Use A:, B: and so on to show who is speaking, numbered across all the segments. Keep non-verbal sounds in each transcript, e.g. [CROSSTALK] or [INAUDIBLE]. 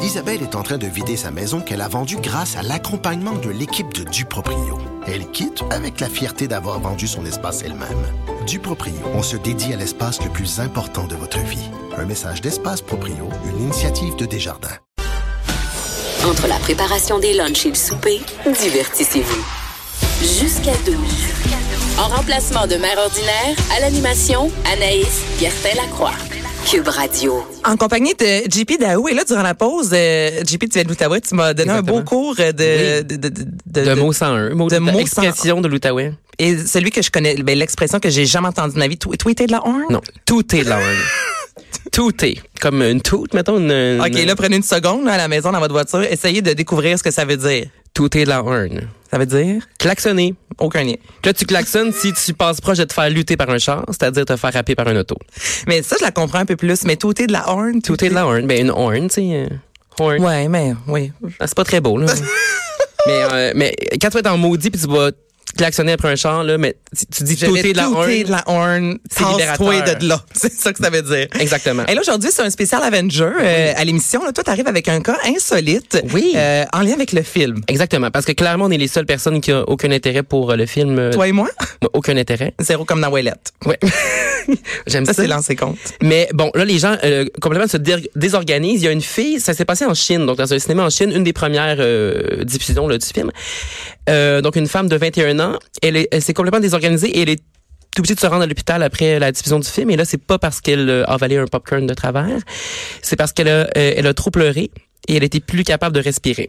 A: Isabelle est en train de vider sa maison qu'elle a vendue grâce à l'accompagnement de l'équipe de Duproprio. Elle quitte avec la fierté d'avoir vendu son espace elle-même. Duproprio, on se dédie à l'espace le plus important de votre vie. Un message d'Espace Proprio, une initiative de Desjardins.
B: Entre la préparation des lunchs et le souper, divertissez-vous. Jusqu'à 12. En remplacement de mère ordinaire, à l'animation, Anaïs Gertin-Lacroix. Cube Radio.
C: En compagnie de JP Daou. Et là, durant la pause, euh, JP, tu viens de l'Outaouais, tu m'as donné un beau
D: Exactement.
C: cours de,
D: Oui.
C: de, de, de,
D: De,
C: de-
D: mots sans un, mots
C: de
D: de
C: mots sans
D: expression de l'Outaouais.
C: Et celui que je connais, ben, l'expression que j'ai jamais entendue de ma vie, tw- tweeter de la horn?
D: Non, tout est langue.
C: [LAUGHS]
D: tout est. Comme une toute, mettons. Une, une-
C: OK, là, prenez une seconde là, à la maison, dans votre voiture. Essayez de découvrir ce que ça veut dire.
D: Tout est de la horn.
C: Ça veut dire
D: Klaxonner.
C: aucun lien.
D: Là, tu klaxonnes si tu passes proche de te faire lutter par un char, c'est-à-dire te faire happer par un auto.
C: Mais ça, je la comprends un peu plus. Mais tout est de la horn.
D: Tout est de la horn. Ben, une horn, tu sais. euh, Horn.
C: Ouais, mais oui.
D: Ah, c'est pas très
C: [LAUGHS]
D: beau, là. mais, euh, mais quand tu vas être en maudit puis tu vas klaxonner après un char, là, mais tu, tu dis
C: Je
D: tout
C: vais
D: est de la
C: tout
D: horn.
C: est de la horn.
D: C'est
C: Tasse-toi
D: libérateur.
C: de là. [LAUGHS] C'est ça que ça veut dire.
D: Exactement.
C: Et là, aujourd'hui, c'est un spécial Avenger euh, à l'émission. là. Toi, t'arrives avec un cas insolite
D: Oui.
C: euh, en lien avec le film.
D: Exactement, parce que clairement, on est les seules personnes qui ont aucun intérêt pour euh, le film. euh,
C: Toi et moi, [LAUGHS]
D: Aucun intérêt.
C: zéro comme dans Ouellette.
D: Ouais. J'aime
C: Ça,
D: ça.
C: c'est lancé compte.
D: Mais bon, là, les gens euh, complètement se dé- désorganisent. Il y a une fille, ça s'est passé en Chine, donc dans un cinéma en Chine, une des premières euh, diffusions là, du film. Euh, donc, une femme de 21 ans, elle, est- elle s'est complètement désorganisée et elle est obligée de se rendre à l'hôpital après la diffusion du film. Et là, c'est pas parce qu'elle euh, a avalé un popcorn de travers, c'est parce qu'elle a, euh, elle a trop pleuré et elle était plus capable de respirer.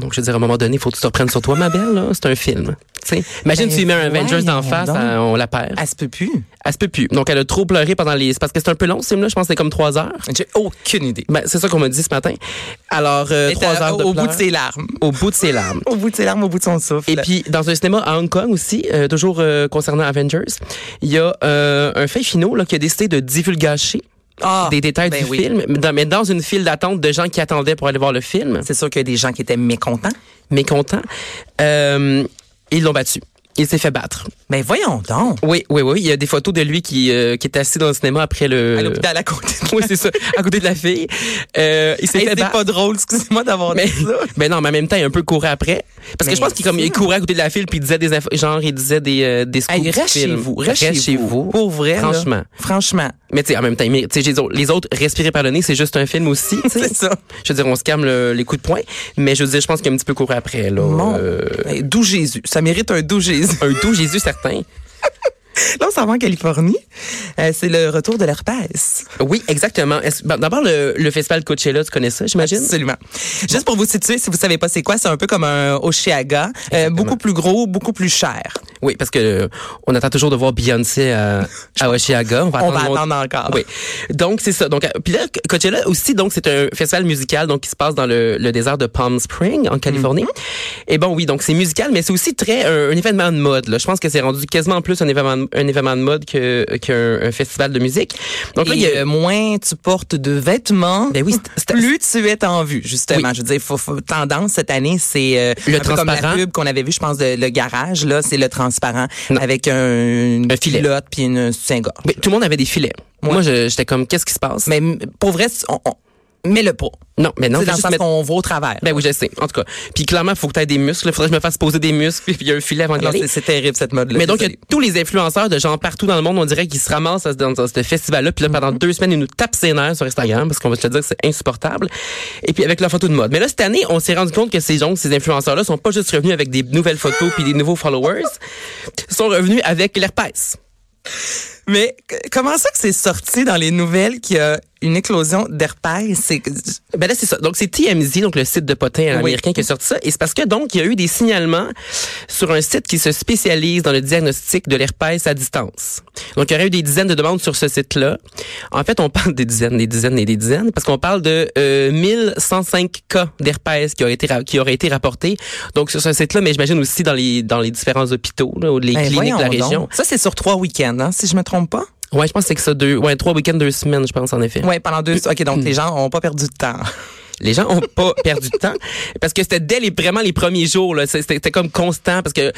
D: Donc, je veux dire, à un moment donné, faut que tu te reprennes sur toi, ma belle. là. C'est un film. Tu sais, imagine,
C: Ben,
D: tu lui mets un Avengers d'en
C: voyons
D: face,
C: donc.
D: euh, on la perd.
C: Elle se peut plus.
D: Elle se peut plus. Donc, elle a trop pleuré pendant les. c'est Parce que c'est un peu long, ce film-là. Je pense que c'est comme trois heures.
C: J'ai aucune idée.
D: Ben, c'est ça qu'on m'a dit ce matin. Alors, euh,
C: Elle est
D: trois
C: à-
D: heures de
C: au
D: pleurs.
C: bout de ses larmes.
D: Au bout de ses larmes.
C: Au bout de ses larmes, au bout de son souffle.
D: Et puis, dans un cinéma à Hong Kong aussi, euh, toujours euh, concernant Avengers, il y a euh, un fait finot là, qui a décidé de divulgacher
C: Ah,
D: des détails
C: ben
D: du
C: oui.
D: film, mais dans- mais dans une file d'attente de gens qui attendaient pour aller voir le film,
C: C'est sûr qu'il y a des gens qui étaient mécontents.
D: mécontents, euh, ils l'ont battu. Il s'est fait battre.
C: Mais voyons donc.
D: Oui, oui, oui. Il y a des photos de lui qui, euh, qui est assis dans le cinéma après le...
C: À l'hôpital à côté. de-
D: [LAUGHS] Oui, c'est ça. À côté de la fille. Euh, il s'est
C: Hey,
D: fait
C: C'est
D: battre.
C: pas drôle, excusez-moi d'avoir
D: Mais,
C: dit ça.
D: [LAUGHS] mais non, mais en même temps, il a un peu couru après. Parce
C: Mais
D: que je pense qu'il comme,
C: c'est
D: il courait à côté de la file puis il disait des infos, genre, il disait des, euh, des scoops
C: Hey,
D: du
C: reste chez
D: film.
C: vous. Reste, chez vous. Pour vrai. là.
D: Franchement.
C: Franchement.
D: Mais tu sais, en même temps, mais, tu sais, les autres- les autres, respirer par le nez, c'est juste un film aussi.
C: [LAUGHS]
D: tu sais.
C: C'est ça.
D: Je veux dire, on se calme le- les coups de poing. Mais je veux dire, je pense qu'il a un petit peu couru après, là.
C: Mon.
D: Euh,
C: Hey, D'où Jésus. Ça mérite un doux
D: [LAUGHS]
C: Jésus.
D: un doux Jésus certain.
C: Là, on s'en va en Californie. Euh, c'est le retour de l'herpès.
D: Oui, exactement. Est-ce- ben, D'abord, le, le festival Coachella, tu connais ça, j'imagine?
C: Absolument. Juste pour vous situer, si vous savez pas c'est quoi, c'est un peu comme un Oshiaga. Euh, beaucoup plus gros, beaucoup plus cher.
D: Oui, parce que euh, on attend toujours de voir
C: [LAUGHS]
D: Beyoncé à, à Oshiaga. On va
C: On va
D: mon-
C: attendre encore.
D: Ah. Oui. Donc c'est ça. Donc euh, puis là, Coachella aussi, donc c'est un festival musical donc qui se passe dans le, le désert de Palm Springs en Californie.
C: Mm-hmm.
D: Et bon oui, donc c'est musical, mais c'est aussi très un, un événement de mode. Là. Je pense que c'est rendu quasiment plus un événement de- un événement de mode que qu'un un festival de musique. Donc là, il y
C: Et,
D: a-
C: euh, moins tu portes de vêtements,
D: Ben oui, c'est- c'est-
C: plus tu es en vue, justement.
D: Oui.
C: Je veux dire, faut, faut- tendance cette année, c'est euh,
D: Le
C: un peu comme la
D: transparent.
C: pub qu'on avait vu, je pense, de, le garage. Là, c'est le transparent
D: Non.
C: avec un, une
D: Un filet.
C: culotte puis une soutien-gorge.
D: mais tout le monde avait des filets. Moi, je- j'étais comme qu'est-ce qui se passe
C: Mais m- pour vrai, on, on- mets-le pas.
D: Non, mais non.
C: c'est dans le
D: faut juste
C: sens
D: mettre-
C: qu'on va au travers.
D: Ben oui, je sais. En tout cas, puis clairement, faut que t'aies des muscles. Faudrait que je me fasse poser des muscles. Puis il y a un filet avant de
C: Non,
D: y aller.
C: c'est- c'est terrible cette mode-là.
D: Mais donc, il y a
C: Désolée.
D: tous les influenceurs de gens partout dans le monde, on dirait qu'ils se ramassent à- dans, dans ce festival-là. Puis là, pendant deux semaines, ils nous tapent ses nerfs sur Instagram parce qu'on va te le dire que c'est insupportable. Et puis avec leur photo de mode. Mais là, cette année, on s'est rendu compte que ces gens, ces influenceurs-là, sont pas juste revenus avec des nouvelles photos puis des nouveaux followers. Ils sont revenus avec l'herpès.
C: Mais c- comment ça que c'est sorti dans les nouvelles qu'il y a une éclosion d'herpès? C'est que-
D: Ben là, c'est ça. Donc, c'est TMZ, donc le site de potins
C: Oui.
D: américain qui a sorti ça. Et c'est parce que, donc, il y a eu des signalements sur un site qui se spécialise dans le diagnostic de l'herpès à distance. Donc, il y aurait eu des dizaines de demandes sur ce site-là. En fait, on parle [LAUGHS] des dizaines, des dizaines et des dizaines, parce qu'on parle de euh, 1105 cas d'herpès qui, auraient été ra- qui auraient été rapportés. Donc, sur ce site-là, mais j'imagine aussi dans les, dans les différents hôpitaux là, ou les
C: Ben,
D: cliniques de la
C: voyons donc.
D: région.
C: Ça, c'est sur trois week-ends, hein, si je me trompe pas.
D: Ouais,
C: Euh.
D: je pense que c'est que ça, deux, ouais, trois week-ends, deux semaines, je pense, en effet.
C: Mm. Oui, pendant deux... OK, donc les gens ont pas perdu de temps.
D: Les gens ont pas [LAUGHS] perdu de temps parce que c'était dès les vraiment les premiers jours là, c'était c'était comme constant parce que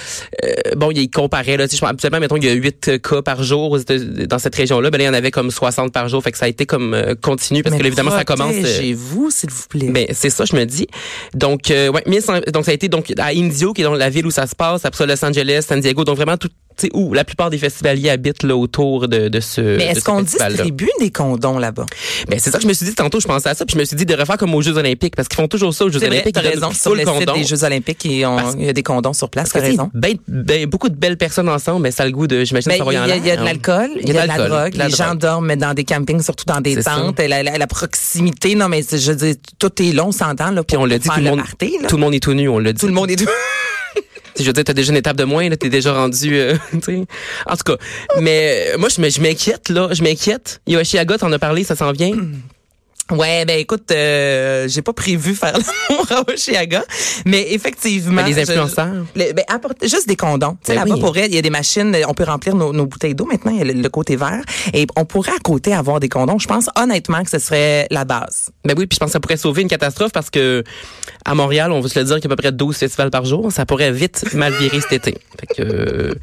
D: euh, bon, ils comparaient là, tu sais, je pense, habituellement mettons il y a 8 cas par jour aux États- dans cette région-là, ben là il y en avait comme 60 par jour, fait que ça a été comme euh, continu parce que là, évidemment ça commence euh,
C: Chez vous, s'il vous plaît.
D: ben c'est ça, je me dis. Donc euh, ouais, 1100 donc ça a été donc à Indio qui est dans la ville où ça se passe, après ça Los Angeles, San Diego, donc vraiment tout tu sais, où la plupart des festivaliers habitent là autour de, de ce
C: mais
D: de
C: est-ce
D: ce
C: qu'on
D: festival-là.
C: distribue des condoms là-bas?
D: Ben, c'est ça que je me suis dit tantôt, je pensais à ça, puis je me suis dit de refaire comme aux Jeux Olympiques, parce qu'ils font toujours ça aux Jeux
C: C'est vrai,
D: Olympiques.
C: t'as
D: ils
C: raison.
D: donnent full
C: Sur le site
D: condom.
C: des Jeux Olympiques, il y a-
D: Parce-
C: il y a des condoms sur place, t'as
D: Parce que,
C: raison.
D: tu sais, ben- ben, beaucoup de belles personnes ensemble, mais ça a le goût de, j'imagine,
C: Ben,
D: ça
C: il y,
D: va Ah en
C: a- il y a
D: l'air.
C: de l'alcool, il y a de la
D: l'alcool,
C: drogue,
D: de la
C: les gens
D: drogue.
C: dorment dans des campings, surtout dans des
D: C'est ça.
C: tentes, et la, la- la proximité, non mais c'est- je dis tout est long, on s'entend là.
D: Puis
C: pour-
D: on le
C: pour
D: dit, tout
C: faire
D: le monde,
C: party, là.
D: tout le monde est tout nu, on le dit.
C: Tout le monde est tout.
D: Tu sais, Je veux dire, t'as déjà une étape de moins, là, t'es déjà rendu, euh, [LAUGHS] tu sais. En tout cas, mais euh, moi, je me- je m'inquiète, là, je m'inquiète. Yoshiaga, t'en as parlé, ça s'en vient.
C: [LAUGHS] Ouais, ben écoute, euh, j'ai pas prévu faire [LAUGHS] l'amour à Oshiaga, mais effectivement.
D: Ben, les
C: je-
D: influenceurs.
C: le- ben, apporte juste des condoms. Tu sais,
D: Ben
C: là-bas,
D: oui.
C: pour elle, il y a des machines, on peut remplir nos, nos bouteilles d'eau maintenant, il y a le, le côté vert, et on pourrait à côté avoir des condoms. Je pense honnêtement que ce serait la base.
D: Ben oui, puis je pense que ça pourrait sauver une catastrophe parce que à Montréal, on veut se le dire qu'il y a à peu près 12 festivals par jour. Ça pourrait vite mal virer cet été. Fait que, euh,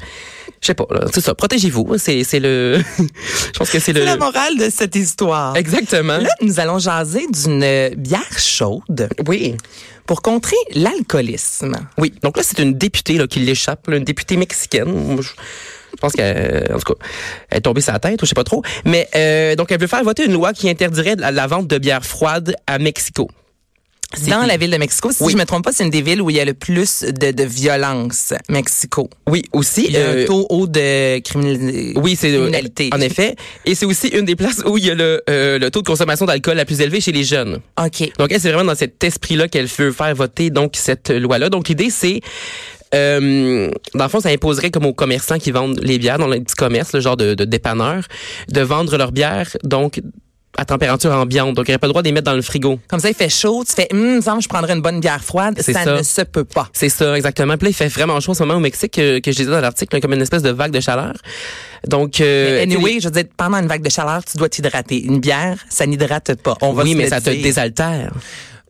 D: je sais pas, là, c'est ça. Protégez-vous. C'est, c'est le, [LAUGHS] je pense que c'est le,
C: C'est la morale de cette histoire.
D: exactement.
C: Là, nous allons jaser d'une euh, bière chaude
D: Oui.
C: pour contrer l'alcoolisme.
D: Oui. Donc là, c'est une députée là, qui l'échappe, là, une députée mexicaine. Moi, Je je pense qu'elle, en tout cas, elle est tombée sa tête, ou je sais pas trop. Mais euh, donc, elle veut faire voter une loi qui interdirait la, la vente de bière froide à Mexico. C'est-
C: Dans la ville de Mexico, si
D: Oui.
C: je me trompe pas, c'est une des villes où il y a le plus de, de violence, Mexico.
D: Oui, aussi.
C: Il y a
D: euh,
C: un taux haut de criminalité.
D: Oui, c'est euh,
C: criminalité.
D: En effet, et c'est aussi une des places où il y a le, euh, le taux de consommation d'alcool la plus élevé chez les jeunes.
C: OK.
D: Donc elle, c'est vraiment dans cet esprit-là qu'elle veut faire voter donc cette loi-là. Donc l'idée, c'est euh, dans le fond, ça imposerait comme aux commerçants qui vendent les bières dans les petits commerces, le genre de, de dépanneurs, de vendre leurs bières donc à température ambiante. Donc il n'y aurait pas le droit de les mettre dans le frigo.
C: Comme ça, il fait chaud, tu fais, hum, semble que je prendrais une bonne bière froide.
D: C'est
C: ça,
D: ça.
C: ne se peut pas.
D: C'est ça, exactement. Puis là, il fait vraiment chaud en ce moment au Mexique, que, que je disais dans l'article, il y a comme une espèce de vague de chaleur. Donc, euh,
C: Mais
D: tu sais, les-
C: anyway, je veux dire, pendant une vague de chaleur, tu dois t'hydrater. Une bière, ça n'hydrate pas. On va
D: oui,
C: se
D: mais
C: le
D: ça te
C: dire.
D: désaltère.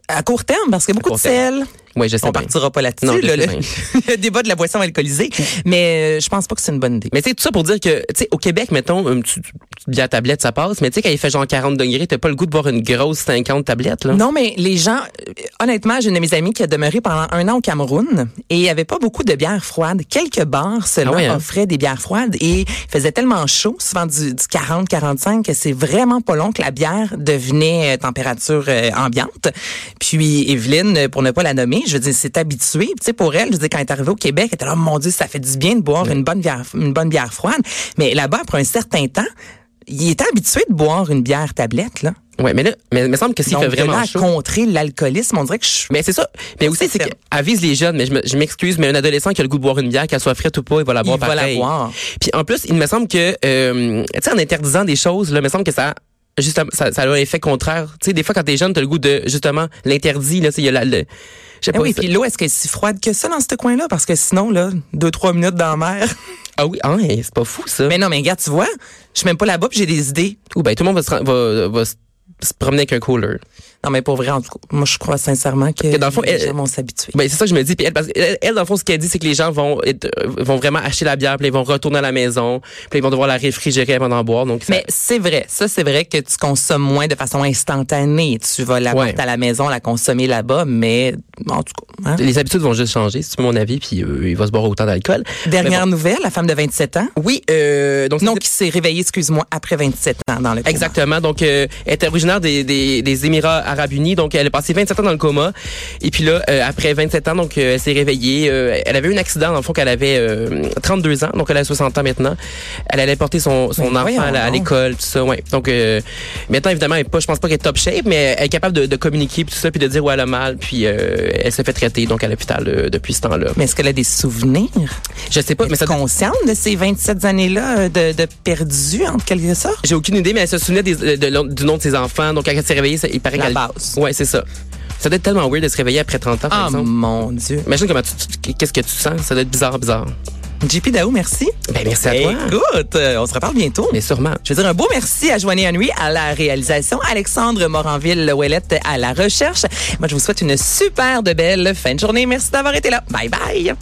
C: À court terme, parce qu'il y a beaucoup de
D: court terme.
C: sel.
D: Oui, je sais
C: On
D: bien.
C: partira pas là-dessus.
D: Non, je
C: là,
D: sais
C: le,
D: bien.
C: [LAUGHS] le débat de la boisson alcoolisée. Mais euh, je pense pas que c'est une bonne idée.
D: Mais tu sais, tout ça pour dire que, tu sais, au Québec, mettons, hum, une petite petite bière tablette, ça passe, mais tu sais, quand il fait genre 40 degrés, t'as pas le goût de boire une grosse 50 tablette, là.
C: Non, mais les gens, euh, honnêtement, j'ai une de mes amies qui a demeuré pendant un an au Cameroun et il n'y avait pas beaucoup de bières froides. Quelques bars seulement
D: Ah ouais, hein?
C: offraient des bières froides et il faisait tellement chaud, souvent du, du 40, 45, que c'est vraiment pas long que la bière devenait euh, température euh, ambiante. Puis Evelyne, euh, pour ne pas la nommer, je veux dire, c'est habitué. Tu sais, pour elle, je veux dire, quand elle est arrivée au Québec, elle était là, oh mon Dieu, ça fait du bien de boire une bonne bière, une bonne bière froide. Mais là-bas, après un certain temps, il était habitué de boire une bière tablette, là.
D: Ouais, mais là, mais il me semble que s'il
C: Donc,
D: fait
C: de là
D: vraiment
C: à
D: chaud.
C: contrer l'alcoolisme, on dirait que je
D: Mais c'est ça. Mais aussi, c'est
C: fait.
D: qu'elle avise les jeunes, mais je me- je m'excuse, mais un adolescent qui a le goût de boire une bière, qu'elle soit frite ou pas, il va la boire
C: Il va la
D: pareil.
C: boire.
D: Puis en plus, il me semble que, euh, tu sais, en interdisant des choses, là, il me semble que ça, justement, ça, ça a un effet contraire. Tu sais, des fois, quand t'es jeune, t'as le goût de, justement, l'interdit, là, tu sais, il y a la, le- je sais
C: Ah
D: pas.
C: oui,
D: ça-
C: puis l'eau, est-ce qu'elle est si froide que ça dans ce coin-là? Parce que sinon, là, deux, trois minutes dans la mer. [LAUGHS]
D: ah oui, ah, ouais, c'est pas fou, ça.
C: mais non, mais regarde, tu vois, je suis même pas là-bas puis j'ai des idées.
D: Ou ben tout le monde va se, ren- va, va se se promener avec un cooler.
C: Non, mais pour vrai, en tout cas, moi, je crois sincèrement que,
D: que dans le fond,
C: les
D: elle-
C: gens vont s'habituer.
D: Ben c'est ça que je me dis. Puis elle, parce que elle, elle, dans le fond, ce qu'elle dit, c'est que les gens vont être- euh, vont vraiment acheter la bière, puis ils vont retourner à la maison, puis ils vont devoir la réfrigérer avant d'en boire. Donc ça-
C: Mais c'est vrai, ça c'est vrai que tu consommes moins de façon instantanée. Tu vas la
D: Ouais.
C: porter à la maison, la consommer là-bas, mais en tout cas. hein.
D: les habitudes vont juste changer, c'est mon avis, puis euh, il va se boire autant d'alcool.
C: Dernière nouvelle, la femme de 27 ans.
D: Oui, euh, donc
C: Non,
D: c'est-
C: qui s'est réveillée, excuse-moi, après 27 ans dans le coma.
D: Exactement. Donc, euh, elle est originaire des, des, des Émirats Arabes Unis. Donc, elle a passé 27 ans dans le coma. Et puis là, euh, après 27 ans, donc, euh, elle s'est réveillée. Euh, elle avait eu un accident, dans le fond, qu'elle avait euh, 32 ans. Donc, elle a 60 ans maintenant. Elle allait porter son, son
C: Mais
D: enfant
C: voyons
D: à, la- à
C: donc.
D: l'école, tout ça. Ouais. Donc, euh, maintenant, évidemment, elle est pas, je pense pas qu'elle est top shape, mais elle est capable de, de communiquer, puis tout ça, puis de dire où elle a mal. Puis, euh, elle se fait traiter, donc, à l'hôpital euh, depuis ce temps-là.
C: Mais est-ce qu'elle a des souvenirs?
D: Je sais pas, mais ça...
C: consciente de ces 27 années-là euh, de, de perdu, en quelque sorte?
D: J'ai aucune idée, mais elle se souvenait des- de- de- du nom de ses enfants. Donc, quand elle s'est réveillée, ça- il paraît
C: La
D: qu'elle...
C: base.
D: Ouais, c'est ça. Ça doit être tellement weird de se réveiller après 30 ans, par
C: Ah,
D: exemple.
C: mon Dieu.
D: Imagine comment tu, tu- qu'est-ce que tu sens. Ça doit être bizarre, bizarre.
C: JP Daou, merci.
D: Ben, merci à toi.
C: Écoute, euh, on se reparle bientôt.
D: Mais sûrement.
C: Je veux dire un beau merci à Joanie Henry à la réalisation, Alexandre Moranville-Ouellette à la recherche. Moi, je vous souhaite une super de belle fin de journée. Merci d'avoir été là. Bye bye.